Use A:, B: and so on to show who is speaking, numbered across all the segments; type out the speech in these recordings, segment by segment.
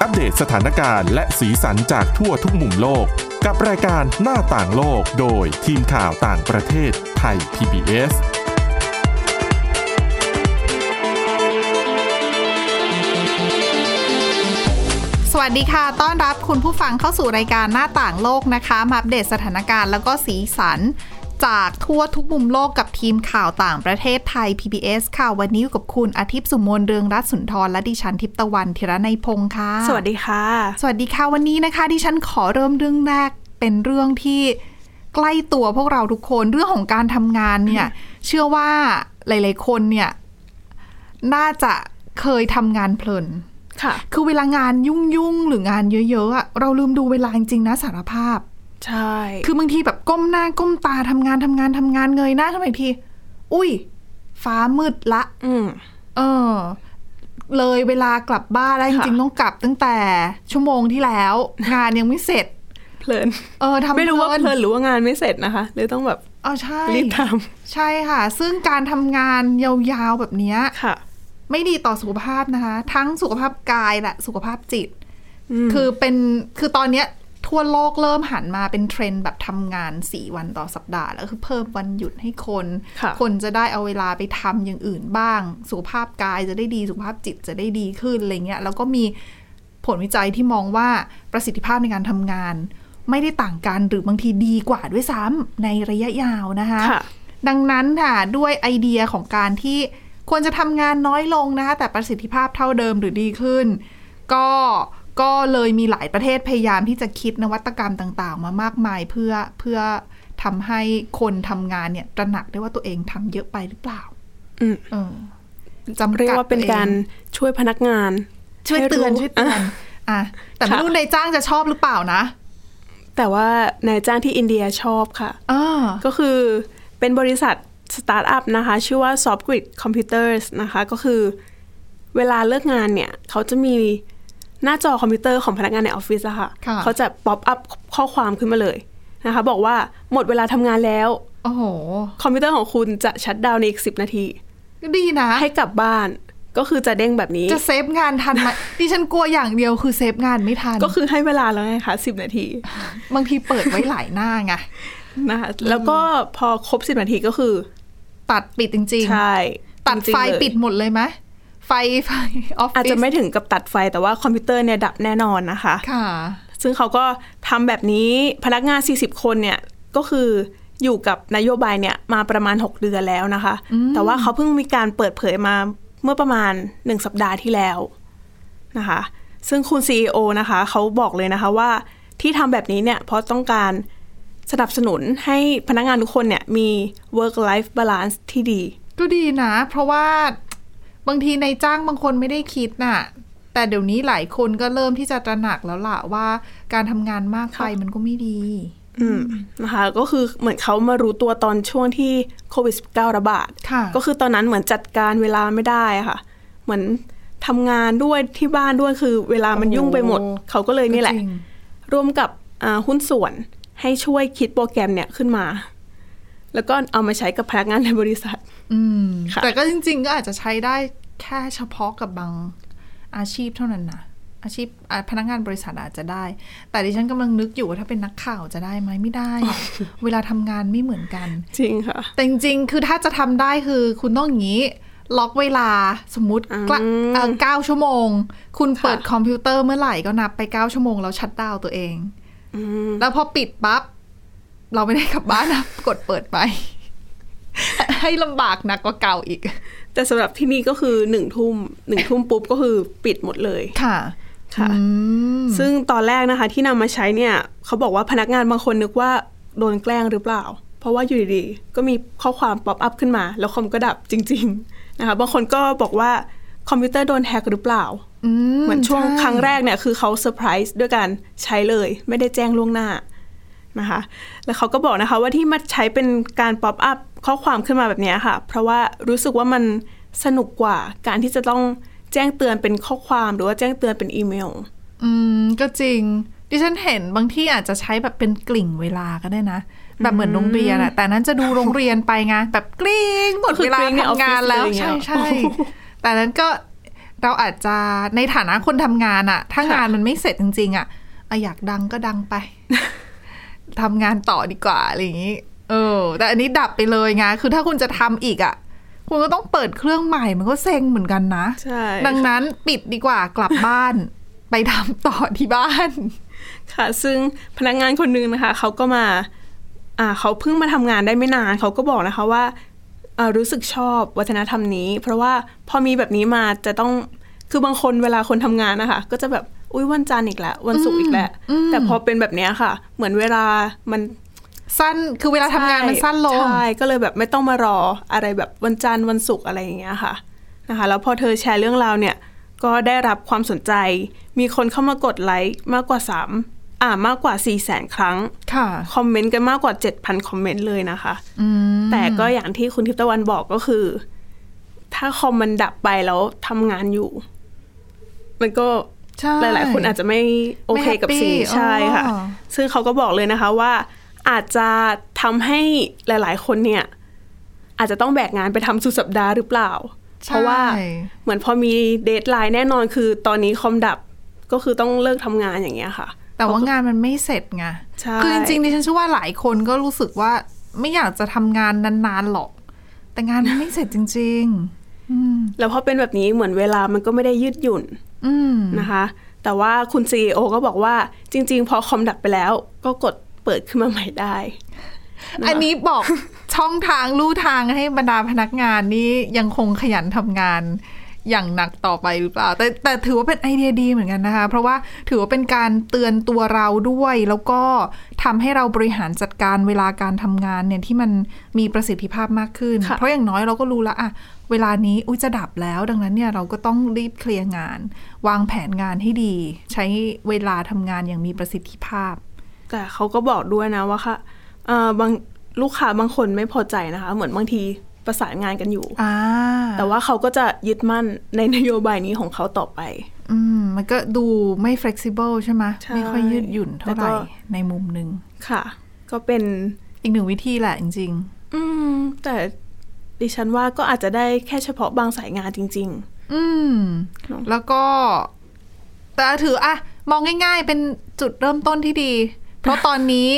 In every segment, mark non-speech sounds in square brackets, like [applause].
A: อัปเดตสถานการณ์และสีสันจากทั่วทุกมุมโลก กับรายการหน้าต่างโลกโดยทีมข่าวต่างประเทศไทย PBS
B: สวัสดีค่ะ ต้อนรับคุณผู้ฟังเข้าสู่รายการหน้าต่างโลกนะคะ มาอัปเดตสถานการณ์แล้วก็สีสัน จากทั่วทุกมุมโลกกับทีมข่าวต่างประเทศไทย PBS ค่ะ วันนี้อยู่กับคุณอาทิตย์สุโมนเรืองรัตน์สุนทร และดิฉันทิพย์ตะวันธีระในยพงค์ค่ะ
C: สวัสดีค่ะ
B: สวัสดีค่ะ วันนี้นะคะ ดิฉันขอเริ่มเรื่องแรกเป็นเรื่องที่ใกล้ตัวพวกเราทุกคนเรื่องของการทำงานเนี่ย เชื่อว่าหลาย ๆ คนเนี่ยน่าจะเคยทำงานเพลิน
C: ค่ะ
B: คือเวลางานยุ่งยุ่งๆหรืองานเยอะๆอะเราลืมดูเวลาจริงๆนะสารภาพ
C: ใช่
B: คือบางทีแบบก้มหน้าก้มตาทำงานทำงานทำงานเงยหน้าขึ้นมาอีกที อุ้ย ฟ้ามืดละ
C: อืม
B: เออ เลยเวลากลับบ้านแล้วจ
C: ค่ะ
B: ริงๆต้องกลับตั้งแต่ชั่วโมงที่แล้ว งานยังไม่เสร็จ
C: เพลิน
B: เออทำ
C: ไม่รู้ว่าเพลิน
B: น
C: หรือว่างานไม่เสร็จนะคะเลยต้องแบบ
B: เออใช่
C: รีบท
B: ใช่ค่ะ ซึ่งการทำงานยาวๆแบบเนี้ย
C: ำค่ะ
B: ไม่ดีต่อสุขภาพนะคะ ทั้งสุขภาพกายและสุขภาพจิต คือเป็นคือตอนเนี้ยทั่วโลกเริ่มหันมาเป็นเทรนด์แบบทำงาน 4 วันต่อสัปดาห์ แล้วคือเพิ่มวันหยุดให้คน
C: ค่ะ
B: คนจะได้เอาเวลาไปทำอย่างอื่นบ้าง สุขภาพกายจะได้ดีสุขภาพจิตจะได้ดีขึ้นอะไรเงี้ยแล้วก็มีผลวิจัยที่มองว่าประสิทธิภาพในการทำงาน ไม่ได้ต่างกันหรือบางทีดีกว่าด้วยซ้ำในระยะยาวนะคะ
C: ค่ะ
B: ดังนั้นค่ะด้วยไอเดียของการที่ควรจะทำงานน้อยลงนะคะแต่ประสิทธิภาพเท่าเดิมหรือดีขึ้น ก็ก็เลยมีหลายประเทศพยายามที่จะคิดนวัตกรรมต่างๆ มามากมายเพื่อเพื่อทำให้คนทำงานเนี่ยตระหนักได้ว่าตัวเองทำเยอะไปหรือเปล่า
C: อืม
B: เออจำกัด
C: เรียกว่าเป็นการ
B: ตัวอง
C: ช่วยพนักงาน
B: ช่วยเตือนช่
C: ให้รู้
B: วยเตือนะ อ่ะแต่ไม่
C: ค่ะ
B: รู้นายจ้างจะชอบหรือเปล่านะ
C: แต่ว่านายจ้างที่อินเดียชอบค่ะ
B: อ่า
C: ก็คือเป็นบริษัทสตาร์ทอัพนะคะ ชื่อว่า Softgrid Computers นะคะ ก็คือเวลาเลิกงานเนี่ย เขาจะมีหน้าจอคอมพิวเตอร์ของพนักงานในออฟฟิศอะค่ะ
B: ค่ะ
C: เขาจะป๊อปอัพข้อความขึ้นมาเลยนะคะ บอกว่าหมดเวลาทำงานแล้ว
B: โอ้โห
C: คอมพิวเตอร์ของคุณจะชัดดาวน์ในอีก 10 นาที
B: ก็ดีนะ
C: ให้กลับบ้านก็คือจะเด้งแบบนี้
B: จะเซฟงานทันไหม ดิฉันกลัวอย่างเดียวคือเซฟงานไม่ทัน
C: ก็คือให้เวลาแล้วไงคะ10 นาที
B: บางทีเปิดไว้หลายหน้าไง [laughs]
C: นะคะแล้วก็พอครบ 10 นาทีก็คือ
B: ตัดปิดจริง
C: ใช่
B: ๆ ตัด
C: จริง
B: ไฟ
C: ๆเลย
B: ปิดหมดเลยไหมไฟไฟออฟฟิศ
C: อาจจะไม่ถึงกับตัดไฟแต่ว่าคอมพิวเตอร์เนี่ยดับแน่นอนนะคะ
B: ค่ะ
C: ซึ่งเขาก็ทำแบบนี้พนักงาน 40 คนเนี่ยก็คืออยู่กับนโยบายเนี่ยมาประมาณ 6 เดือนแล้วนะคะ แต่ว่าเขาเพิ่งมีการเปิดเผยมาเมื่อประมาณ 1 สัปดาห์ที่แล้วนะคะ ซึ่งคุณ CEO นะคะเขาบอกเลยนะคะว่าที่ทำแบบนี้เนี่ยเพราะต้องการสนับสนุนให้พนักงานทุกคนเนี่ยมี work life balance ที่ดี
B: ก็ดีนะ เพราะว่าบางทีในายจ้างบางคนไม่ได้คิดน่ะ แต่เดี๋ยวนี้หลายคนก็เริ่มที่จะตระหนักแล้วล่ะว่าการทำงานมากไปมันก็ไม่ดี
C: อืมนะคะก็คือเหมือนเขามารู้ตัวตอนช่วงที่โควิด -19 ระบาด
B: ค่ะ
C: ก็คือตอนนั้นเหมือนจัดการเวลาไม่ได้อะค่ะ เหมือนทำงานด้วยที่บ้านด้วยคือเวลามันยุ่งไปหมด
B: โอ้โ
C: เขาก็เลยนี่แหละ
B: จริง
C: ร่วมกับอ่าหุ้นส่วนให้ช่วยคิดโปรแกรมเนี่ยขึ้นมา แล้วก็เอามาใช้กับพนักงานในบริษัท [laughs]
B: อืม
C: ค่ะ
B: แต่ก็จริง ๆ ก็อาจจะใช้ได้แค่เฉพาะกับบางอาชีพเท่านั้นนะอาชีพอ่ะพนักงานบริษัทอาจจะได้ แต่ดิฉันกำลังนึกอยู่ว่าถ้าเป็นนักข่าวจะได้ไหมไม่ได้ เวลาทำงานไม่เหมือนกัน
C: จริงค่ะ
B: แต่จริงๆ คือถ้าจะทำได้คือคุณต้องอย่างนี้ ล็อกเวลาสมมติกะ
C: อืม
B: เอ่อเก้าชั่วโมง คุณเปิด
C: ค่ะ
B: คอมพิวเตอร์เมื่อไหร่ก็นับไปเก้าชั่วโมงแล้วชัดดาวน์ตัวเอง
C: อืม
B: แล้วพอปิดปั๊บ เราไม่ได้กลับบ้านนะ กดเปิด [laughs] ไป ให้ลำบากหนักกว่าเก่าอีก
C: แต่สำหรับที่นี่ก็คือหนึ่งทุ่มหนึ่งทุ่มปุ๊บก็คือปิดหมดเลย
B: ค่ะ
C: ค่ะ
B: อืม
C: ซึ่งตอนแรกนะคะที่นำมาใช้เนี่ยเขาบอกว่าพนักงานบางคนนึกว่าโดนแกล้งหรือเปล่า เพราะว่าอยู่ดีๆก็มีข้อความป๊อปอัพขึ้นมา แล้วคอมก็ดับจริง ๆ นะคะบางคนก็บอกว่าคอมพิวเตอร์โดนแฮกหรือเปล่า
B: อื
C: เหมือนช่วง
B: ใ
C: ครั้งแรกเนี่ยคือเขาเซอร์ไพรส์ด้วยการใช้เลย ไม่ได้แจ้งล่วงหน้านะคะ แล้วเขาก็บอกนะคะว่าที่มาใช้เป็นการป๊อปอัพข้อความขึ้นมาแบบเนี้ยค่ะ เพราะว่ารู้สึกว่ามันสนุกกว่าการที่จะต้องแจ้งเตือนเป็นข้อความหรือว่าแจ้งเตือนเป็นอีเมล
B: อืมก็จริง ดิฉันเห็นบางที่อาจจะใช้แบบเป็นกลิ่งเวลาก็ได้นะ แบบเหมือนโรงเรียนอะแต่นั้นจะดูโรงเรียนไปไงแบบกลิ้งหมด
C: ก็คือ
B: เวลาก
C: ลิ้งในออฟ
B: ทำ
C: ฟิ
B: งา
C: ศ
B: นแล้ว
C: เลยอย่างเงี้
B: ใช่ใช่
C: ยโอ้โห
B: แต่นั้นก็ เราอาจจะในฐานะคนทำงานอะถ้า
C: ค่ะ
B: งานมันไม่เสร็จจริง ๆอะอะอยากดังก็ดังไป [laughs] ทำงานต่อดีกว่าอะไรอย่างนี้เออ แต่อันนี้ดับไปเลยไงคือถ้าคุณจะทำอีกอะคุณก็ต้องเปิดเครื่องใหม่มันก็เซ็งเหมือนกันนะ
C: ใช่
B: ดังนั้นปิดดีกว่ากลับบ้าน [laughs] ไปทำต่อที่บ้าน [laughs]
C: ค่ะ ซึ่งพนักงานคนหนึงนะคะเขาก็มาอ่าเขาเพิ่งมาทำงานได้ไม่นานเขาก็บอกนะคะว่าอ่ารู้สึกชอบวัฒนธรรมนี้ เพราะว่าพอมีแบบนี้มาจะต้องคือบางคนเวลาคนทำงานนะคะ ก็จะแบบอุ้ยวันจันทร์อีกแล้ววันศุกร์อีกแล้ว
B: อืม
C: แต่พอเป็นแบบเนี้ยค่ะ เหมือนเวลามัน
B: สั้นคือเวลาทำงานมันสั้นลง
C: ใช่ก็เลยแบบไม่ต้องมารออะไรแบบวันจันทร์วันศุกร์อะไรอย่างเงี้ยค่ะนะคะแล้วพอเธอแชร์เรื่องราวเนี่ยก็ได้รับความสนใจ มีคนเข้ามากดไลค์มากกว่า3อ่ามากกว่า4 0 0 0 0 0 ครั้ง
B: ค่ะ
C: คอมเมนต์กันมากกว่า 7,000 คอมเมนต์เลยนะคะ
B: อืม
C: แต่ก็อย่างที่คุณทิพย์ตะวันบอกก็คือ ถ้าคอมมันดับไปแล้วทำงานอยู่ มันก็
B: ใช่
C: หลาย ๆ คนอาจจะไม่โอเคกับสิ่ง
B: ไม่
C: นี้
B: แฮปปี้
C: ใช่ค่ะ
B: อ๋อ
C: ซึ่งเขาก็บอกเลยนะคะว่าอาจจะทำให้หลาย ๆ คนเนี่ย อาจจะต้องแบกงานไปทำสุดสัปดาห์หรือเปล่า
B: ใช่
C: เพราะว่าเหมือนพอมีเดทไลน์แน่นอนคือตอนนี้คอมดับก็คือต้องเลิกทำงานอย่างเงี้ยค่ะ
B: แต่ว่างานมันไม่เสร็จไง
C: ใช่
B: คือจริงๆดิฉันเชื่อว่าหลายคนก็รู้สึกว่าไม่อยากจะทำงานนานๆหรอก แต่งานมันไม่เสร็จจริง ๆ อืม
C: แล้วพอเป็นแบบนี้เหมือนเวลามันก็ไม่ได้ยืดหยุ่น
B: อืม
C: นะคะ แต่ว่าคุณ CEO ก็บอกว่าจริง ๆ พอคอมดับไปแล้ว ก็กดเปิดขึ้นมาใหม่ได้ นะคะ
B: อันนี้บอก ช่องทางลู่ทางให้บรรดาพนักงานนี่ยังคงขยันทำงานอย่างหนักต่อไปหรือเปล่า แต่แต่ถือว่าเป็นไอเดียดีเหมือนกันนะคะ เพราะว่าถือว่าเป็นการเตือนตัวเราด้วย แล้วก็ทำให้เราบริหารจัดการเวลาการทำงานเนี่ยที่มันมีประสิทธิภาพมากขึ้น
C: ค่ะ
B: เพราะอย่างน้อยเราก็รู้ละอะเวลานี้อุ้ยจะดับแล้ว ดังนั้นเนี่ยเราก็ต้องรีบเคลียร์งาน วางแผนงานให้ดี ใช้เวลาทำงานอย่างมีประสิทธิภาพ
C: แต่เขาก็บอกด้วยนะว่าค่ะเอ่อบางลูกค้าบางคนไม่พอใจนะคะ เหมือนบางทีประสานงานกันอยู่
B: อ่า
C: แต่ว่าเขาก็จะยึดมั่นในนโยบายนี้ของเขาต่อไป
B: อืมมันก็ดูไม่ flexible ใช่ไหม
C: ใช่
B: ไม่ค่อยยืดหยุ่นเท่าไหร่
C: แล้วก็
B: ในมุมหนึ่ง
C: ค่ะ ก็เป็น
B: อีกหนึ่งวิธีแหละจริง
C: อืม แต่ดิฉันว่าก็อาจจะได้แค่เฉพาะบางสายงานจริง
B: ๆ อืม
C: เนอะ
B: แล้วก็แต่ถืออะมองง่ายๆ เป็นจุดเริ่มต้นที่ดี เพราะตอนนี้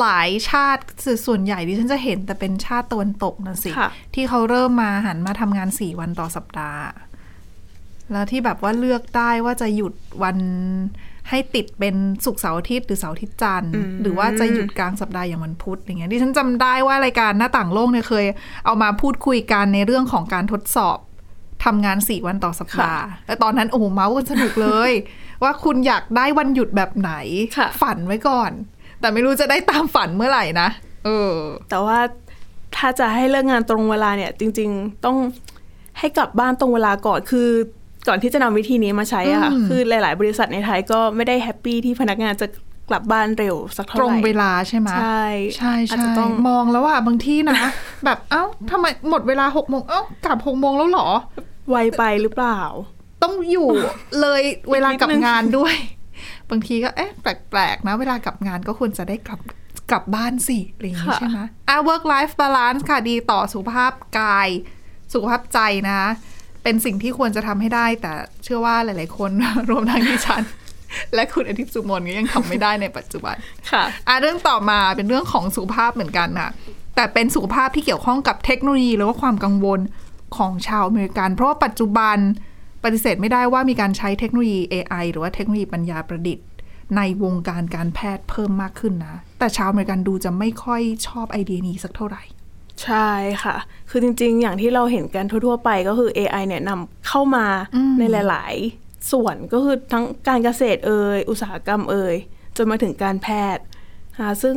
B: หลายชาติส่วนใหญ่ดิฉันจะเห็นแต่เป็นชาติตะวันตกนะสิ
C: ค่ะ
B: ที่เขาเริ่มมาหันมาทำงานสี่วันต่อสัปดาห์ แล้วที่แบบว่าเลือกได้ว่าจะหยุดวันให้ติดเป็นศุกร์เสาร์อาทิตย์หรือเสาร์อาทิตย์จันทร์หรือว่าจะหยุดกลางสัปดาห์อย่างวันพุธอย่างเงี้ยดิฉันจำได้ว่ารายการหน้าต่างโลกเนี่ยเคย เอามาพูดคุยกันในเรื่องของการทดสอบทำงานสี่วันต่อสัปดาห์แต่ตอนนั้นโอ้โหเมาส์กันสนุกเลย
C: [laughs]
B: ว่าคุณอยากได้วันหยุดแบบไหน
C: ค่ะ
B: ฝันไว้ก่อน แต่ไม่รู้จะได้ตามฝันเมื่อไหร่นะเออ
C: ๆ แต่ว่าถ้าจะให้เลิกงานตรงเวลาเนี่ย จริง ๆ ต้องให้กลับบ้านตรงเวลาก่อนคือก่อนที่จะนำวิธีนี้มาใช้อะค่ะ
B: อืม
C: คือหลาย ๆ บริษัทในไทยก็ไม่ได้แฮปปี้ที่พนักงานจะกลับบ้านเร็วสักเท่า
B: ต
C: ไหร่
B: รงเวลาใช่ไหม
C: ใช่
B: ใช่
C: อาจ
B: ใช่
C: จะต้อง
B: มองแล้วอ่ะบางที่นะ [laughs] แบบเอ้าทำไมหมดเวลาหกโมงเอ้ากลับหกโมงแล้วเหรอ
C: ไวไปหรือเปล่า
B: ต้องอยู่ เลยเวลากลับ
C: นิดนึง
B: งานด้วย บางทีก็เอ๊ะแปลกๆนะ เวลากลับงานก็ควรจะได้กลับกลับบ้านสิอะไรอย่างงี้ใช่ไหมอ่ะ work life balance ค่ะดีต่อสุขภาพกาย สุขภาพใจนะ เป็นสิ่งที่ควรจะทำให้ได้ แต่เชื่อว่าหลายๆคน [laughs] รวมทั้งดิฉัน และคุณอาทิตย์สุมนก็ยังทำไม่ได้ในปัจจุบัน
C: ค่ะ
B: อ่ะเรื่องต่อมาเป็นเรื่องของสุขภาพเหมือนกันค่ะแต่เป็นสุขภาพที่เกี่ยวข้องกับเทคโนโลยีหรือว่าความกังวลของชาวอเมริกัน เพราะว่าปัจจุบันปฏิเสธไม่ได้ว่ามีการใช้เทคโนโลยี AI หรือว่าเทคโนโลยีปัญญาประดิษฐ์ ในวงการการแพทย์เพิ่มมากขึ้นนะ แต่ชาวอเมริกันดูจะไม่ค่อยชอบไอเดียนี้สักเท่าไหร่
C: ใช่ค่ะ คือจริงๆ อย่างที่เราเห็นกันทั่วๆ ไปก็คือ AI เนี่ยนำเข้ามาในหลายๆ ส่วนก็คือทั้งการเกษตรเอ่ย อุตสาหกรรมเอ่ย จนมาถึงการแพทย์นะคะซึ่ง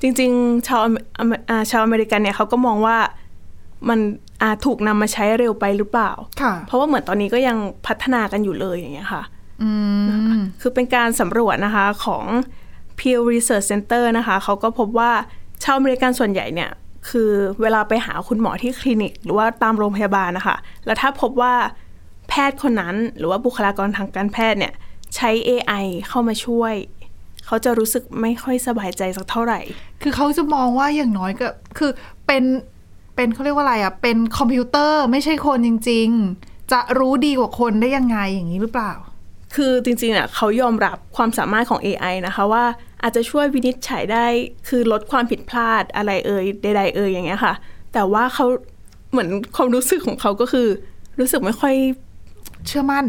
C: จริงๆ ชาวอเมอเมอ่าชาวอเมริกันเนี่ยเขาก็มองว่ามันอาถูกนำมาใช้เร็วไปหรือเปล่า
B: ค่ะ
C: เพราะว่าเหมือนตอนนี้ก็ยังพัฒนากันอยู่เลยอย่างเงี้ยค่ะ
B: อืม
C: คือเป็นการสำรวจนะคะของ Pew Research Center นะคะเขาก็พบว่าชาวอเมริกันส่วนใหญ่เนี่ย คือเวลาไปหาคุณหมอที่คลินิก หรือว่าตามโรงพยาบาลนะคะ แล้วถ้าพบว่าแพทย์คนนั้น หรือว่าบุคลากรทางการแพทย์เนี่ยใช้ AI เข้ามาช่วย เขาจะรู้สึกไม่ค่อยสบายใจสักเท่าไหร่
B: คือเขาจะมองว่าอย่างน้อยก็คือเป็นเป็นเขาเรียกว่าอะไรอ่ะ เป็นคอมพิวเตอร์ไม่ใช่คนจริง ๆ จะรู้ดีกว่าคนได้ยังไงอย่างนี้หรือเปล่า
C: คือจริงๆอ่ะเขายอมรับความสามารถของ AI นะคะว่าอาจจะช่วยวินิจฉัยได้คือลดความผิดพลาดอะไรเอ่ยใดๆเอ่ยอย่างเงี้ยค่ะ แต่ว่าเขาเหมือนความรู้สึกของเขาก็คือ รู้สึกไม่ค่อย
B: เชื่อมั่น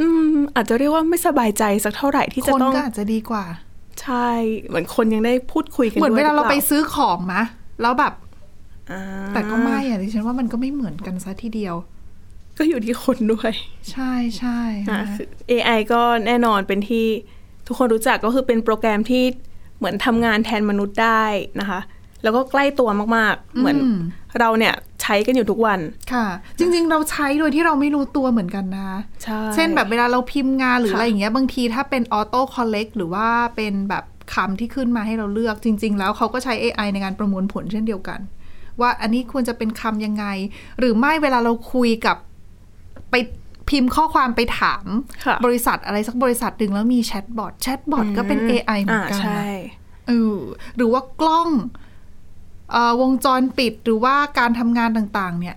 C: อืมอาจจะเรียกว่าไม่สบายใจสักเท่าไหร่ที่จะ
B: คน
C: ต้อง
B: ก็อาจจะดีกว่า
C: ใช่เหมือนคนยังได้พูดคุยกัน
B: เหมือน
C: ด้
B: เวยลาเราไป
C: หอปล่
B: ซื้อของนะแล้วแบบ
C: อ่า
B: แต่ก็ไม่อะดิฉันว่ามันก็ไม่เหมือนกันซะทีเดียว
C: ก็อยู่ที่คนด้วย
B: ใช่ใช่
C: อ่ะ
B: นะ
C: คือ AI ก็แน่นอนเป็นที่ทุกคนรู้จักก็คือเป็นโปรแกรมที่เหมือนทำงานแทนมนุษย์ได้นะคะ แล้วก็ใกล้ตัวมากๆ เหมือนเราเนี่ยใช้กันอยู่ทุกวัน
B: ค่ะ จริง ๆ เราใช้โดยที่เราไม่รู้ตัวเหมือนกันนะ
C: ใช่
B: เช่นแบบเวลาเราพิมพ์งานหรือ
C: ค่ะ
B: อะไรอย่างเงี้ยบางทีถ้าเป็นออโต้คอลเลกหรือว่าเป็นแบบคำที่ขึ้นมาให้เราเลือกจริง ๆ แล้วเขาก็ใช้ AI ในการประมวลผลเช่นเดียวกัน ว่าอันนี้ควรจะเป็นคำยังไง หรือไม่เวลาเราคุยกับไปพิมพ์ข้อความไปถาม
C: ค่ะ
B: บริษัทอะไรสักบริษัทหนึ่งแล้วมีแชทบอทแชทบอทก็เป็น AI เหมือนกั
C: าน ใช่
B: นะ เออหรือว่ากล้องเออวงจรปิดหรือว่าการทำงานต่างๆ เนี่ย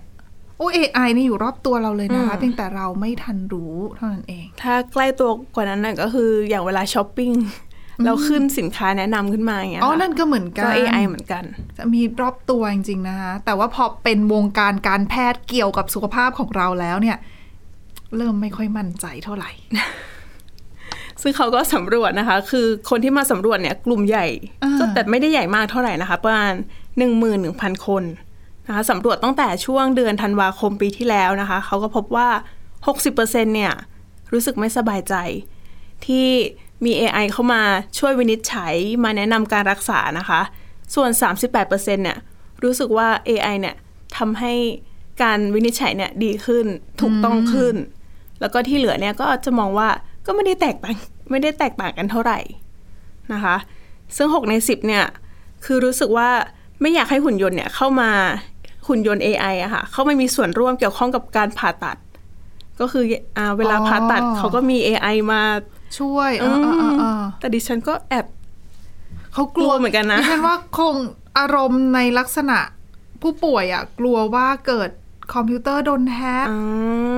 B: โอ้ AI นี่อยู่รอบตัวเราเลยนะคะ
C: อืม
B: เพียงแต่เราไม่ทันรู้เท่านั้นเอง
C: ถ้าใกล้ตัวกว่านั้นน่ะก็คืออย่างเวลาช้อปปิ้งเราขึ้นสินค้าแนะนำขึ้นมาอย่างเงี้ย
B: อ๋อ
C: ค่ะ
B: นั่นก็เหมือนกัน
C: ก็ AI เหมือนกัน
B: จะมีรอบตัวจริงๆนะคะ แต่ว่าพอเป็นวงการการแพทย์เกี่ยวกับสุขภาพของเราแล้วเนี่ย เริ่มไม่ค่อยมั่นใจเท่าไห
C: [laughs]
B: ร่
C: ซึ่งเขาก็สำรวจนะคะ คือคนที่มาสำรวจเนี่ยกลุ่มใหญ่
B: อ่า
C: ก็แต่ไม่ได้ใหญ่มากเท่าไหร่นะคะ ประมาณ 11,000 คนนะคะสำรวจตั้งแต่ช่วงเดือนธันวาคมปีที่แล้วนะคะ เขาก็พบว่า 60%เนี่ยรู้สึกไม่สบายใจ ที่มี AI เข้ามาช่วยวินิจฉัยมาแนะนำการรักษานะคะ ส่วน 38%เนี่ยรู้สึกว่า AI เนี่ยทำให้การวินิจฉัยเนี่ยดีขึ้นถูกต้องขึ้น แล้วก็ที่เหลือเนี่ยก็จะมองว่าก็ไม่ได้แตกต่างไม่ได้แตกต่างกันเท่าไหร่นะคะ ซึ่ง 6 ใน 10เนี่ยคือรู้สึกว่าไม่อยากให้หุ่นยนต์เนี่ยเข้ามาหุ่นยนต์ AI อะค่ะเข้ามามีส่วนร่วมเกี่ยวข้องกับการผ่าตัด ก็คืออ่าเวลา
B: อ๋อ
C: ผ่าตัดเขาก็มี AI มา
B: ช่วย
C: อื
B: อ่าม อ่าอ่า
C: แต่ดิฉันก็แอบ
B: เขากลัว
C: กลัวเหมือนกันนะ
B: ดิฉันว่าคงอารมณ์ในลักษณะผู้ป่วยอะกลัวว่าเกิดคอมพิวเตอร์โดนแฮก
C: อื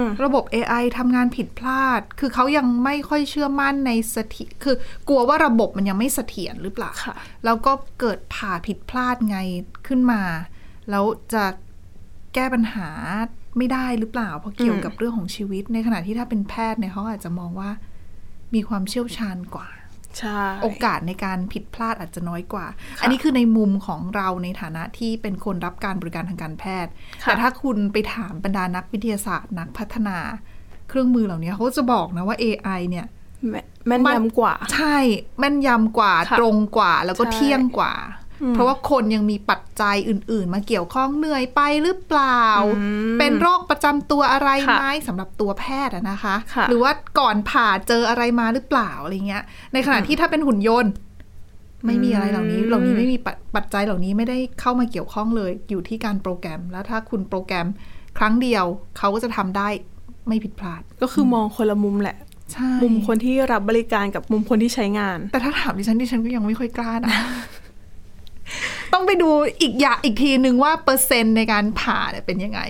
C: ม
B: ระบบ AI ทำงานผิดพลาด คือเขายังไม่ค่อยเชื่อมั่นในสถิคือกลัวว่าระบบมันยังไม่เสถียรหรือเปล่า
C: ค่ะ
B: แล้วก็เกิดผ่าผิดพลาดไงขึ้นมา แล้วจะแก้ปัญหาไม่ได้หรือเปล่า เพราะเกี่ยวกับเรื่องของชีวิต ในขณะที่ถ้าเป็นแพทย์เนี่ยเขาอาจจะมองว่ามีความเชี่ยวชาญกว่า
C: ใช่
B: โอกาสในการผิดพลาดอาจจะน้อยกว่า อันนี้คือในมุมของเราในฐานะที่เป็นคนรับการบริการทางการแพทย์
C: ค่ะ
B: แต่ถ้าคุณไปถามบรรดานักวิทยาศาสตร์นักพัฒนา เครื่องมือเหล่านี้เขาจะบอกนะว่า AI เนี่ย
C: แม่แม่น
B: มัน
C: ยำกว่า
B: ใช่แม่นยำกว่า
C: ค่ะ
B: ตรงกว่าแล้วก็
C: ใช่
B: เที่ยงกว่า เพราะว่าคนยังมีปัจจัยอื่น ๆ มาเกี่ยวข้องเหนื่อยไปหรือเปล่า เป็นโรคประจำตัวอะไร
C: ค่ะ
B: ไหมสำหรับตัวแพทย์อะนะคะ
C: ค่ะ
B: หรือว่าก่อนผ่าเจออะไรมาหรือเปล่าอะไรเงี้ย ในขณะที่ถ้าเป็นหุ่นยนต์ ไม่มีอะไรเหล่านี้เหล่านี้ไม่มีปัจปัจจัยเหล่านี้ไม่ได้เข้ามาเกี่ยวข้องเลย อยู่ที่การโปรแกรม แล้วถ้าคุณโปรแกรมครั้งเดียวเขาก็จะทำได้ไม่ผิดพลาด
C: ก็คือมองคนละมุมแหละ
B: ใช่
C: มุมคนที่รับบริการกับมุมคนที่ใช้งาน
B: แต่ถ้าถามดิฉันดิฉันก็ยังไม่ค่อยกล้า
C: [laughs]
B: นะ ต้องไปดูอีกอย่างอีกทีนึงว่าเปอร์เซ็นต์ในการผ่าเนี่ยเป็นยังไง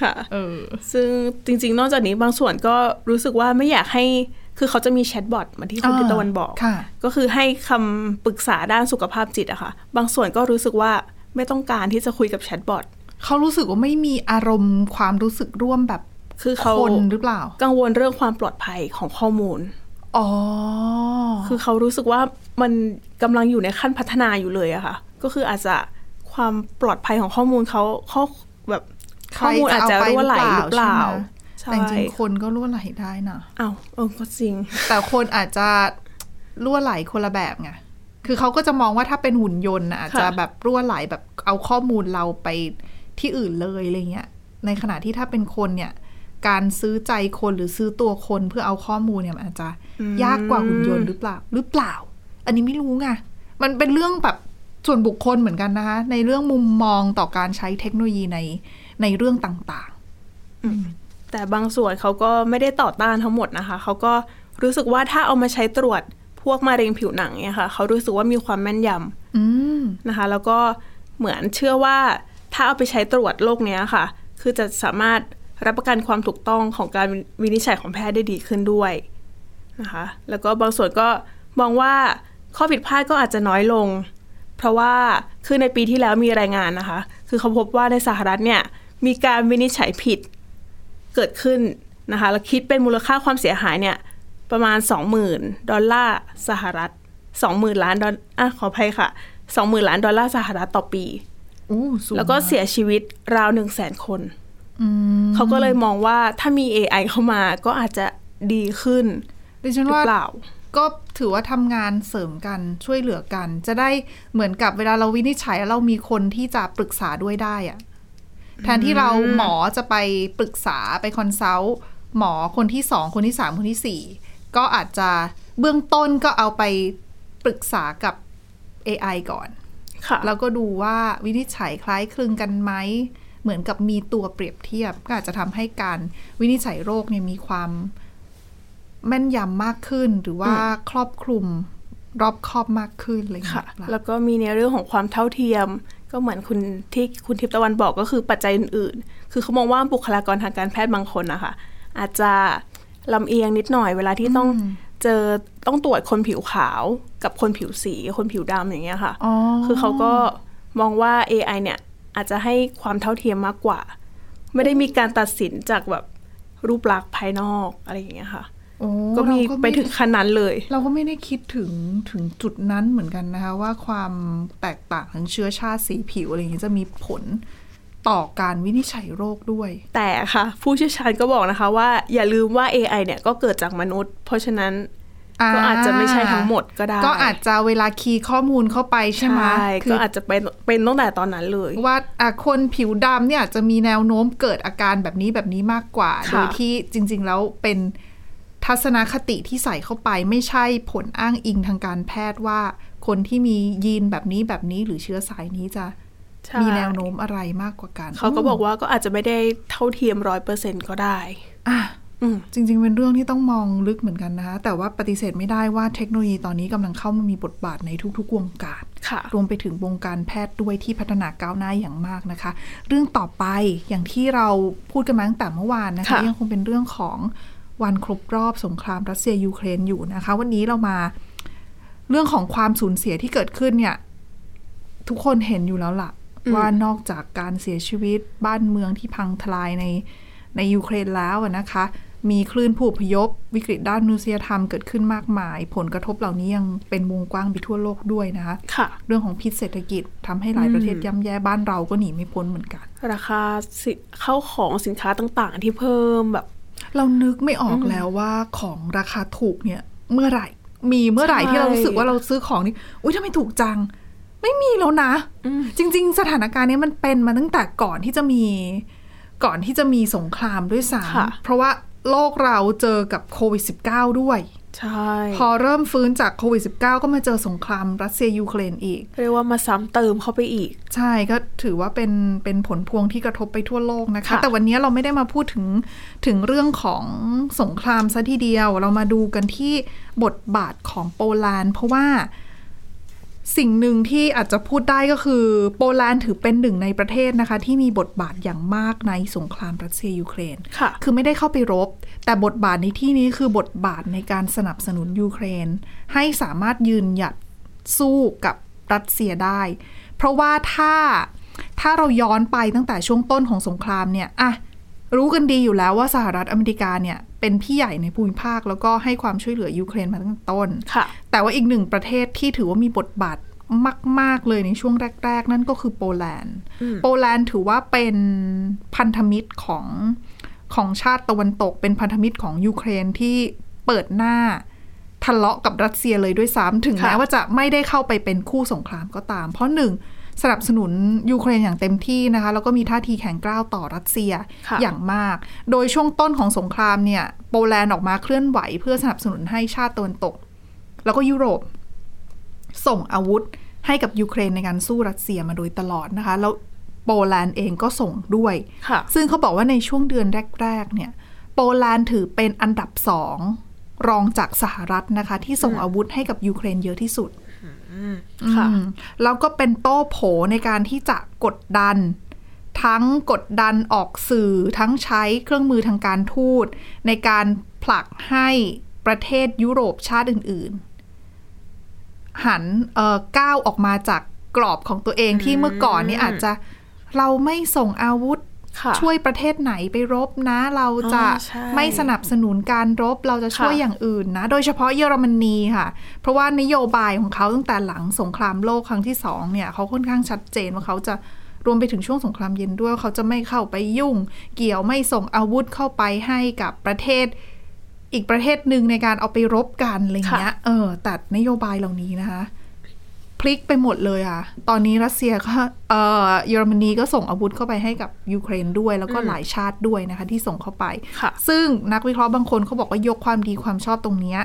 C: ค่ะ
B: เออ
C: ซึ่งจริงๆ นอกจากนี้บางส่วนก็รู้สึกว่าไม่อยากให้ คือเขาจะมีแชทบอทเหมือนที่คุณ
B: อ่า
C: ทิตะวันบอก
B: ค่ะ
C: ก็คือให้คำปรึกษาด้านสุขภาพจิตอะค่ะ บางส่วนก็รู้สึกว่าไม่ต้องการที่จะคุยกับแชทบอท
B: เขารู้สึกว่าไม่มีอารมณ์ความรู้สึกร่วมแบบ
C: คือเขา
B: คนหรือเปล่า
C: กังวลเรื่องความปลอดภัยของข้อมูล
B: อ๋อ
C: คือเขารู้สึกว่ามันกำลังอยู่ในขั้นพัฒนาอยู่เลยอะค่ะ ก็คืออาจจะความปลอดภัยของข้อมูลเขาเขาแบบ
B: ใค
C: ข้อมูลอาจจะ
B: เไป
C: รั่วไหลหรือเปล่า
B: ใช่ไหมแต่จริงๆคนก็รั่วไหลได้นะ
C: อ้าวเออก็จริง
B: แต่คนอาจจะรั่วไหลคนละแบบไง คือเขาก็จะมองว่าถ้าเป็นหุ่นยนต์น่ะอาจจะ
C: ค่ะ
B: แบบรั่วไหลแบบเอาข้อมูลเราไปที่อื่นเลยอะไรเงี้ย ในขณะที่ถ้าเป็นคนเนี่ย การซื้อใจคนหรือซื้อตัวคนเพื่อเอาข้อมูลเนี่ยมันอาจจะยากกว่าหุ่นยนต์หรือเปล่า หรือเปล่า อันนี้ไม่รู้ไง มันเป็นเรื่องแบบส่วนบุคคลเหมือนกันนะคะ ในเรื่องมุมมองต่อการใช้เทคโนโลยีในในเรื่องต่าง
C: แต่บางส่วนเขาก็ไม่ได้ต่อต้านทั้งหมดนะคะ เขาก็รู้สึกว่าถ้าเอามาใช้ตรวจพวกมะเร็งผิวหนังเนี่ยค่ะเขารู้สึกว่ามีความแม่นยำ
B: ๆ อืม
C: นะคะแล้วก็เหมือนเชื่อว่าถ้าเอาไปใช้ตรวจโรคเนี้ยค่ะ คือจะสามารถ รับประกันความถูกต้องของการวินิจฉัยของแพทย์ได้ดีขึ้นด้วยนะคะแล้วก็บางส่วนก็มองว่าข้อผิดพลาดก็อาจจะน้อยลง เพราะว่าคือในปีที่แล้วมีรายงานนะคะ คือเขาพบว่าในสหรัฐเนี่ยมีการวินิจฉัยผิดเกิดขึ้นนะคะแล้วคิดเป็นมูลค่าความเสียหายเนี่ยประมาณ 20,000 ดอลลาร์สหรัฐ 20,000 ล้านดอลอ่ะขออภัยค่ะ 20,000 ล้านดอลลาร์สหรัฐต่อปี
B: อู้สูง
C: แล้วก็เสียชีวิตราวหนึ่งแสนคน เขาก็เลยมองว่าถ้ามี AI เข้ามาก็อาจจะดีขึ้น
B: ดิ
C: ห
B: ฉัน
C: รือ
B: ว่า
C: เปล่า
B: ก็ถือว่าทำงานเสริมกันช่วยเหลือกัน จะได้เหมือนกับเวลาเราวินิจฉัยแล้วเรามีคนที่จะปรึกษาด้วยได้อะแทนที่เราหมอจะไปปรึกษาไปคอนซัลท์หมอคนที่สองคนที่สามคนที่สี่ก็อาจจะเบื้องต้นก็เอาไปปรึกษากับ AI ก่อน
C: ค่ะ
B: แล้วก็ดูว่าวินิจฉัยคล้ายคลึงกันไหม เหมือนกับมีตัวเปรียบเทียบ ก็อาจจะทำให้การวินิจฉัยโรคเนี่ยมีความแม่นยำมากขึ้น หรือว่าครอบคลุมรอบครอบมากขึ้นอะไรอย่าง
C: ค่ะ
B: เงี้ย
C: แล้วก็มีในเรื่องของความเท่าเทียม ก็เหมือนคุณที่คุณทิพย์ตะวันบอกก็คือปัจจัยอื่นๆ คือเขามองว่าบุคลากรทางการแพทย์บางคนนะคะอาจจะลำเอียงนิดหน่อยเวลาที่ต้องเจอต้องตรวจคนผิวขาวกับคนผิวสี คนผิวดำอย่างเงี้ยค่ะ
B: อ๋อ
C: คือเขาก็มองว่า AI เนี่ยอาจจะให้ความเท่าเทียมมากกว่า ไม่ได้มีการตัดสินจากแบบรูปลักษณ์ภายนอกอะไรอย่างเงี้ยค่ะ
B: โอ้
C: ก็มี
B: เรา
C: ไปถึง
B: ม่
C: ขั้นนั้นเลย
B: เราก็ไม่ได้คิดถึงถึงจุดนั้นเหมือนกันนะคะว่าความแตกต่างทางเชื้อชาติสีผิวอะไรอย่างเงี้ยจะมีผลต่อการวินิจฉัยโรคด้วย
C: แต่ค่ะ ผู้เชี่ยวชาญก็บอกนะคะว่าอย่าลืมว่า AI เนี่ยก็เกิดจากมนุษย์ เพราะฉะนั้นก็อาจจะไม่ใช่ทั้งหมดก็ได้
B: ก็อาจจะเวลาคีย์ข้อมูลเข้าไปใช่ไหม
C: ใช่
B: คื
C: ก็
B: อ
C: อาจจะเป็นเป็นตั้งแต่ตอนนั้นเลย
B: ว่าอ่ะคนผิวดำเนี่ยอาจจะมีแนวโน้มเกิดอาการแบบนี้แบบนี้มากกว่า
C: ค่ะ
B: โดยที่จริง ๆ แล้วเป็นทัศนคติที่ใส่เข้าไปไม่ใช่ผลอ้างอิงทางการแพทย์ว่า คนที่มียีนแบบนี้แบบนี้หรือเชื้อสายนี้จะ
C: ใช่
B: มีแนวโน้มอะไรมากกว่ากัน
C: เขาก็บอกว่าก็อาจจะไม่ได้เท่าเทียมร้อยเปอร์เซ็นต์ก็ได้
B: อ่ะ
C: อืม
B: จริง ๆ เป็นเรื่องที่ต้องมองลึกเหมือนกันนะคะแต่ว่าปฏิเสธไม่ได้ว่าเทคโนโลยีตอนนี้กำลังเข้ามามีบทบาทในทุก ๆ วงการ
C: ค่ะ
B: รวมไปถึงวงการแพทย์ด้วยที่พัฒนาก้าวหน้าอย่างมากนะคะ เรื่องต่อไปอย่างที่เราพูดกันมาตั้งแต่เมื่อวานนะคะ
C: ค่ะ
B: ยังคงเป็นเรื่องของวันครบรอบสงครามรัสเซียยูเครนอยู่นะคะ วันนี้เรามาเรื่องของความสูญเสียที่เกิดขึ้นเนี่ย ทุกคนเห็นอยู่แล้วล่ะ ว่านอกจากการเสียชีวิตบ้านเมืองที่พังทลายในในยูเครนแล้วอะนะคะ มีคลื่นผู้อพยพวิกฤตด้านมนุษยธรรมเกิดขึ้นมากมาย ผลกระทบเหล่านี้ยังเป็นวงกว้างไปทั่วโลกด้วยนะคะ
C: ค่ะ
B: เรื่องของพิษเศรษฐกิจทำให้หลายประเทศย่ำแย่บ้านเราก็หนีไม่พ้นเหมือนกัน
C: ราคาสิเข้าของสินค้าต่างๆ ที่เพิ่มแบบ
B: เรานึกไม่ออกแล้วว่าของราคาถูกเนี่ยเมื่อไหร่ มีเมื่อไหร่
C: ใช่
B: ที่เรารู้สึกว่าเราซื้อของนี่อุ้ยทำไมถูกจัง ไม่มีแล้วนะ
C: อืม
B: จริง ๆ สถานการณ์เนี้มันเป็นมาตั้งแต่ก่อนที่จะมี ก่อนที่จะมีสงครามด้วยซ้
C: ค่ะ
B: ำเพราะว่าโลกเราเจอกับโควิด -19 ด้วย
C: ใช่
B: พอเริ่มฟื้นจากโควิด -19 ก็มาเจอสงครามรัสเซียยูเครนอีก
C: เรียกว่ามาซ้ำเติมเข้าไปอีก
B: ใช่ก็ถือว่าเป็นเป็นผลพวงที่กระทบไปทั่วโลกนะคะ
C: ค่ะ
B: แต่วันนี้เราไม่ได้มาพูดถึงถึงเรื่องของสงครามซะทีเดียว เรามาดูกันที่บทบาทของโปแลนด์เพราะว่าสิ่งหนึ่งที่อาจจะพูดได้ก็คือโปแลนด์ถือเป็นหนึ่งในประเทศนะคะ ที่มีบทบาทอย่างมากในสงครามรัสเซียยูเครน
C: ค่ะ
B: คือไม่ได้เข้าไปรบ แต่บทบาทในที่นี้คือบทบาทในการสนับสนุนยูเครน ให้สามารถยืนหยัดสู้กับรัสเซียได้ เพราะว่าถ้าถ้าเราย้อนไปตั้งแต่ช่วงต้นของสงครามเนี่ยอะรู้กันดีอยู่แล้วว่าสหรัฐอเมริกาเนี่ยเป็นพี่ใหญ่ในภูมิภาค แล้วก็ให้ความช่วยเหลือยูเครนมาตั้งแต่ต้น
C: ค่ะ
B: แต่ว่าอีกหนึ่งประเทศที่ถือว่ามีบทบาทมาก ๆ เลยในช่วงแรก ๆ นั่นก็คือโปแลนด์ โปแลนด์ถือว่าเป็นพันธมิตรของของชาติตะวันตก เป็นพันธมิตรของยูเครนที่เปิดหน้าทะเลาะกับรัสเซียเลยด้วยซ้ำถึง
C: ค่ะ
B: แม้ว่าจะไม่ได้เข้าไปเป็นคู่สงครามก็ตาม เพราะหนึ่งสนับสนุนยูเครนอย่างเต็มที่นะคะแล้วก็มีท่าทีแข็งกร้าวต่อรัสเซีย
C: ค่ะ
B: อย่างมาก โดยช่วงต้นของสงครามเนี่ย โปแลนด์ออกมาเคลื่อนไหวเพื่อสนับสนุนให้ชาติตะวันตก แล้วก็ยุโรป ส่งอาวุธให้กับยูเครนในการสู้รัสเซียมาโดยตลอดนะคะ แล้วโปแลนด์เองก็ส่งด้วย
C: ค่ะ
B: ซึ่งเขาบอกว่าในช่วงเดือนแรก ๆ เนี่ย โปแลนด์ถือเป็นอันดับสองรองจากสหรัฐนะคะ ที่ส่งอาวุธให้กับยูเครนเยอะที่สุด
C: ค่ะ
B: อืมแล้วก็เป็นโต้โผในการที่จะกดดัน ทั้งกดดันออกสื่อทั้งใช้เครื่องมือทางการทูต ในการผลักให้ประเทศยุโรปชาติอื่น ๆ หันเอ่อก้าวออกมาจากกรอบของตัวเองที่เมื่อก่อนนี่อาจจะเราไม่ส่งอาวุธ
C: ค่ะ
B: ช่วยประเทศไหนไปรบนะ เราจะ
C: อ๋อใช่
B: ไม่สนับสนุนการรบเราจะช่วย
C: ค่ะ
B: อย่างอื่นนะ โดยเฉพาะเยอรมนีค่ะ เพราะว่านโยบายของเขาตั้งแต่หลังสงครามโลกครั้งที่สองเนี่ยเขาค่อนข้างชัดเจนว่าเขาจะรวมไปถึงช่วงสงครามเย็นด้วยว่าเขาจะไม่เข้าไปยุ่ง เกี่ยวไม่ส่งอาวุธเข้าไปให้กับประเทศ อีกประเทศหนึ่งในการเอาไปรบกันอะไรอย่างเงี้ยเออแต่นโยบายเหล่านี้นะคะ พลิกไปหมดเลยอ่ะ ตอนนี้รัสเซียก็เอ่อเยอรมนีก็ส่งอาวุธเข้าไปให้กับยูเครนด้วย แล้วก็หลายชาติด้วยนะคะ ที่ส่งเข้าไป
C: ค่ะ
B: ซึ่งนักวิเคราะห์บางคนเขาบอกว่ายกความดีความชอบตรงเนี้ย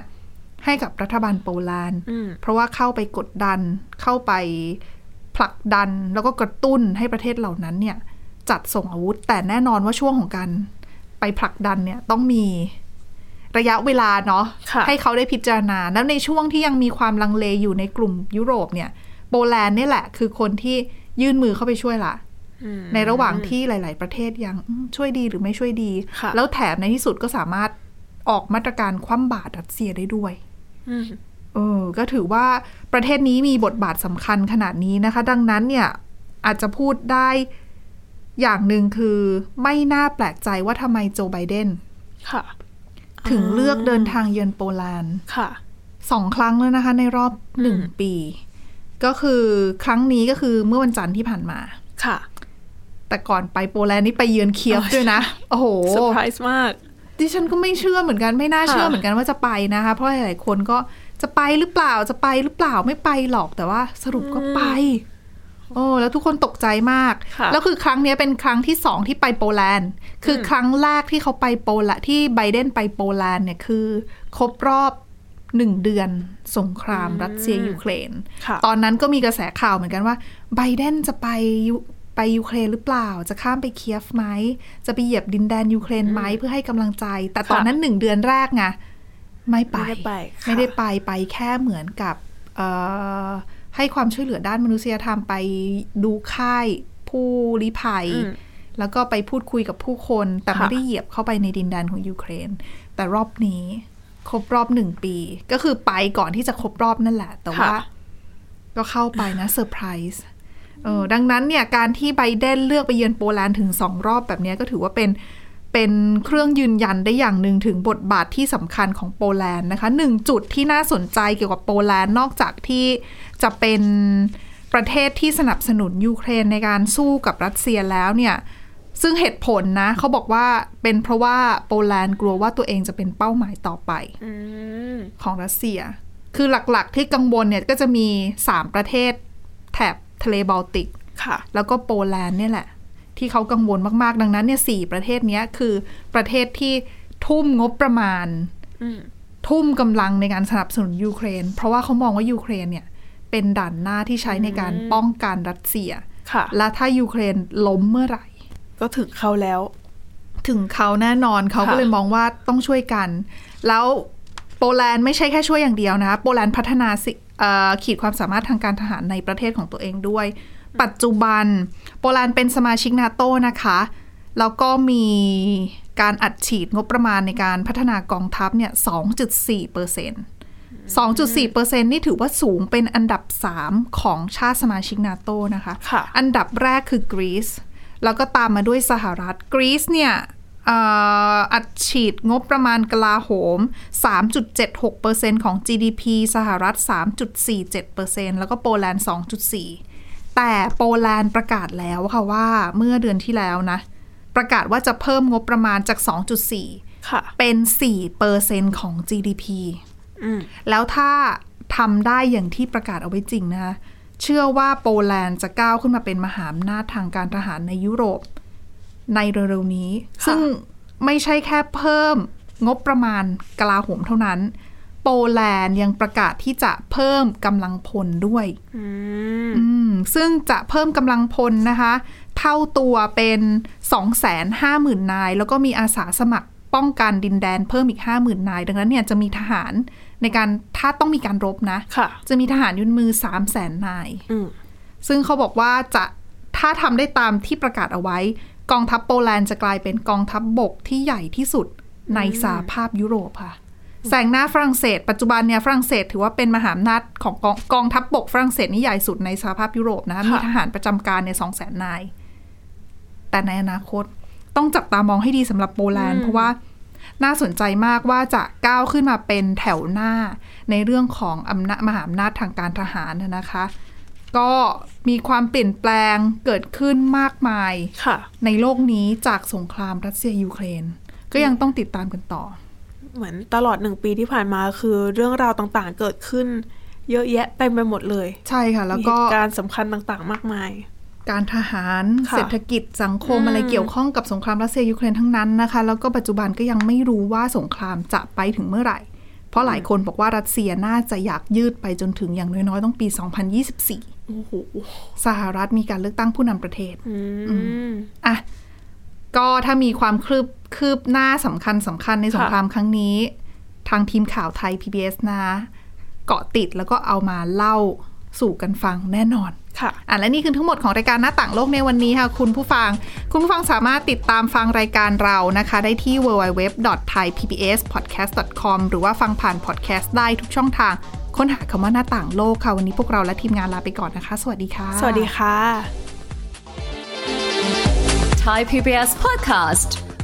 B: ให้กับรัฐบาลโปแลนด์
C: อืม
B: เพราะว่าเข้าไปกดดันเข้าไปผลักดันแล้วก็กระตุ้นให้ประเทศเหล่านั้นเนี่ย จัดส่งอาวุธ แต่แน่นอนว่าช่วงของการไปผลักดันเนี่ยต้องมีระยะเวลาเนาะ
C: ค่ะ
B: ให้เขาได้พิจารณา แล้วในช่วงที่ยังมีความลังเลอยู่ในกลุ่มยุโรปเนี่ย โปแลนด์นี่แหละ คือคนที่ยื่นมือเข้าไปช่วยละ
C: อืม
B: ในระหว่างที่หลาย ๆ ประเทศยังอืมช่วยดีหรือไม่ช่วยดี
C: ค่ะ
B: แล้วแถมในที่สุดก็สามารถออกมาตรการคว่ำบาตรรัสเซียได้ด้วย
C: อืม
B: เออ ก็ถือว่าประเทศนี้มีบทบาทสำคัญขนาดนี้นะคะ ดังนั้นเนี่ยอาจจะพูดได้อย่างหนึ่งคือไม่น่าแปลกใจว่าทำไมโจไบเดน
C: ค่ะ
B: ถึงเลือกเดินทางเยือนโปแลนด์
C: ค่ะ
B: สองครั้งแล้วนะคะ ในรอบหนึ่ง
C: อืม
B: ปี ก็คือครั้งนี้ก็คือเมื่อวันจันทร์ที่ผ่านมา
C: ค่ะ
B: แต่ก่อนไปโปแลนด์นี่ไปเยือนเคียฟ
C: อ๋อ
B: ด้วยนะ โอ้โห
C: เซอร์ไพรส์มาก
B: ดิฉันก็ไม่เชื่อเหมือนกันไม่น่า
C: ค่ะ
B: เชื่อเหมือนกันว่าจะไปนะคะ เพราะหลายๆคนก็จะไปหรือเปล่าจะไปหรือเปล่าไม่ไปหรอกแต่ว่าสรุปก็ไปโอ้แล้วทุกคนตกใจมาก
C: ค่ะ
B: แล้วคือครั้งเนี้ยเป็นครั้งที่สองที่ไปโปแลนด์ คืออครั้งแรกที่เขาไปโปแลนด์ที่ไบเดนไปโปแลนด์เนี่ยคือ ครบรอบหนึ่งเดือนสงครามรัสเซียยูเครน
C: ค่ะ
B: ตอนนั้นก็มีกระแสข่าวเหมือนกันว่าไบเดนจะไปยูไปยูเครนหรือเปล่า จะข้ามไปเคียฟไหม จะไปเหยียบดินแดนยูเครนไหมเพื่อให้กำลังใจ แต่ตอนนั้นหนึ่งเดือนแรกไงไม่ไป
C: ไม่ได้ไปค่ะ
B: ไม่ได้ไปไปแค่เหมือนกับเอ่อให้ความช่วยเหลือด้านมนุษยธรรมไปดูค่ายผู้ลี้ภัย
C: อืม
B: แล้วก็ไปพูดคุยกับผู้คนแต่
C: ค่ะ
B: ไม่ได้เหยียบเข้าไปในดินแดนของยูเครน แต่รอบนี้ครบรอบหนึ่งปี ก็คือไปก่อนที่จะครบรอบนั่นแหละ แต่ว่า
C: ค่ะ
B: ก็เข้าไปนะเซอร์ไพรส์เออดังนั้นเนี่ยการที่ไบเดนเลือกไปเยือนโปแลนด์ถึงสองรอบแบบเนี้ยก็ถือว่าเป็นเป็นเครื่องยืนยันได้อย่างหนึ่งถึงบทบาทที่สำคัญของโปแลนด์นะคะหนึ่งจุดที่น่าสนใจเกี่ยวกับโปแลนด์นอกจากที่จะเป็นประเทศที่สนับสนุนยูเครนในการสู้กับรัสเซียแล้วเนี่ยซึ่งเหตุผลนะเขาบอกว่าเป็นเพราะว่าโปแลนด์กลัวว่าตัวเองจะเป็นเป้าหมายต่อไป
C: อืม
B: ของรัสเซีย คือหลักๆที่กังวลเนี่ยก็จะมี 3 ประเทศแถบทะเลบอลติก
C: ค่ะ
B: แล้วก็โปแลนด์เนี่ยแหละ ที่เขากังวลมากๆ ดังนั้นเนี่ยสประเทศเนี้ยคือประเทศที่ทุ่มงบประมาณ
C: อืม
B: ทุ่มกำลังในการสนับสนุนยูเครน เพราะว่าเขามองว่ายูเครนเนี่ยเป็นด่านหน้าที่ใช้ในการป้องกันรัสเซีย
C: ค่ะ
B: และถ้ายูเครนล้มเมื่อไหร่
C: ก็ถึงเขาแล้ว
B: ถึงเขาแน่นอนเขา
C: ค่ะ
B: ก็เลยมองว่าต้องช่วยกัน แล้วโปแลนด์ไม่ใช่แค่ช่วยอย่างเดียวนะคะโปแลนด์พัฒนาสิเอ่อขีดความสามารถทางการทหารในประเทศของตัวเองด้วย ปัจจุบันโปแลนด์เป็นสมาชิกนาโตนะคะ แล้วก็มีการอัดฉีดงบประมาณในการพัฒนากองทัพเนี่ย 2.4เปอร์เซ็นต์2.4เปอร์เซ็นต์นี่ถือว่าสูงเป็นอันดับ 3 ของชาติสมาชิกนาโตนะคะ
C: ค่ะ
B: อันดับแรกคือกรีซแล้วก็ตามมาด้วยสหรัฐกรีซเนี่ยเอ่ออัดฉีดงบประมาณกลาโหม 3.76%ของ GDP สหรัฐ 3.47%แล้วก็โปแลนด์ 2.4 แต่โปแลนด์ประกาศแล้วค่ะว่าเมื่อเดือนที่แล้วนะ ประกาศว่าจะเพิ่มงบประมาณจาก 2.4
C: ค่ะ
B: เป็น 4%ของ GDP
C: อืม
B: แล้วถ้าทำได้อย่างที่ประกาศเอาไว้จริงนะคะเชื่อว่าโปแลนด์จะก้าวขึ้นมาเป็นมหาอำนาจทางการทหารในยุโรป ในเร็วๆนี้
C: ค่ะ
B: ซึ่งไม่ใช่แค่เพิ่มงบประมาณกลาโหมเท่านั้น โปแลนด์ยังประกาศที่จะเพิ่มกำลังพลด้วย
C: อืม
B: อืมซึ่งจะเพิ่มกำลังพลนะคะ เท่าตัวเป็น 250,000 นาย แล้วก็มีอาสาสมัครป้องกันดินแดนเพิ่มอีก 50,000 นาย ดังนั้นเนี่ยจะมีทหารในการถ้าต้องมีการรบนะ
C: ค่ะ
B: จะมีทหารอยุ่ในมือ 3 0 0 0 0 0นาย
C: อืม
B: ซึ่งเขาบอกว่าจะท ถ้าทำได้ตามที่ประกาศเอาไว้ กองทัพโปแลนด์จะกลายเป็นกองทัพบบกที่ใหญ่ที่สุดในสหภาพยุโรปค่ะ แสงหน้าฝรั่งเศส ปัจจุบันเนี่ยฝรั่งเศสถือว่าเป็นมหาอำนาจของกองกองทัพบบกฝรั่งเศสนี่ใหญ่สุดในสหภาพยุโรปนะคะมี
C: ค่ะ
B: ทหารประจำการเนี่ยสองแสนนาย แต่ในอนาคตต้องจับตามองให้ดีสำหรับโปแลนด์เพราะว่าน่าสนใจมากว่าจะก้าวขึ้นมาเป็นแถวหน้าในเรื่องของอำนาจมหาอำนาจทางการทหารน่ะนะคะ ก็มีความเปลี่ยนแปลงเกิดขึ้นมากมาย
C: ค่ะ
B: ในโลกนี้จากสงครามรัสเซียยูเครน ก็ยังต้องติดตามกันต่อ
C: เหมือนตลอดหนึ่งปีที่ผ่านมาคือเรื่องราวต่างๆ เกิดขึ้น เยอะแยะเต็มไปหมดเลย
B: ใช่ค่ะ แล้วก็
C: มีเหตุการณ์สำคัญต่างๆ มากมาย
B: การทหาร
C: ค่ะ
B: เศรษฐกิจสังคม
C: อืม
B: อะไรเกี่ยวข้องกับสงครามรัสเซียยูเครนทั้งนั้นนะคะ แล้วก็ปัจจุบันก็ยังไม่รู้ว่าสงครามจะไปถึงเมื่อไหร่ เพราะหลายคนบอกว่ารัสเซียน่าจะอยากยืดไปจนถึงอย่างน้อยๆต้องปี 2024
C: โอ้โห
B: สหรัฐมีการเลือกตั้งผู้นำประเทศ
C: อืม
B: อ่ะ ก็ถ้ามีความคืบคืบหน้าสำคัญสำคัญในสงครามครั้งนี้ ทางทีมข่าวไทย PBS นะ เกาะติดแล้วก็เอามาเล่าสู่กันฟังแน่นอน
C: ค่ะ
B: อ่ะและนี่คือทั้งหมดของรายการหน้าต่างโลกในวันนี้ค่ะ คุณผู้ฟัง คุณผู้ฟังสามารถติดตามฟังรายการเรานะคะ ได้ที่ www.thaipbspodcast.com หรือว่าฟังผ่านพอดแคสต์ได้ทุกช่องทาง ค้นหาคำว่าหน้าต่างโลกค่ะ วันนี้พวกเราและทีมงานลาไปก่อนนะคะ สวัสดีค่ะ
C: สวัสดีค่ะ
D: Thai PBS podcast.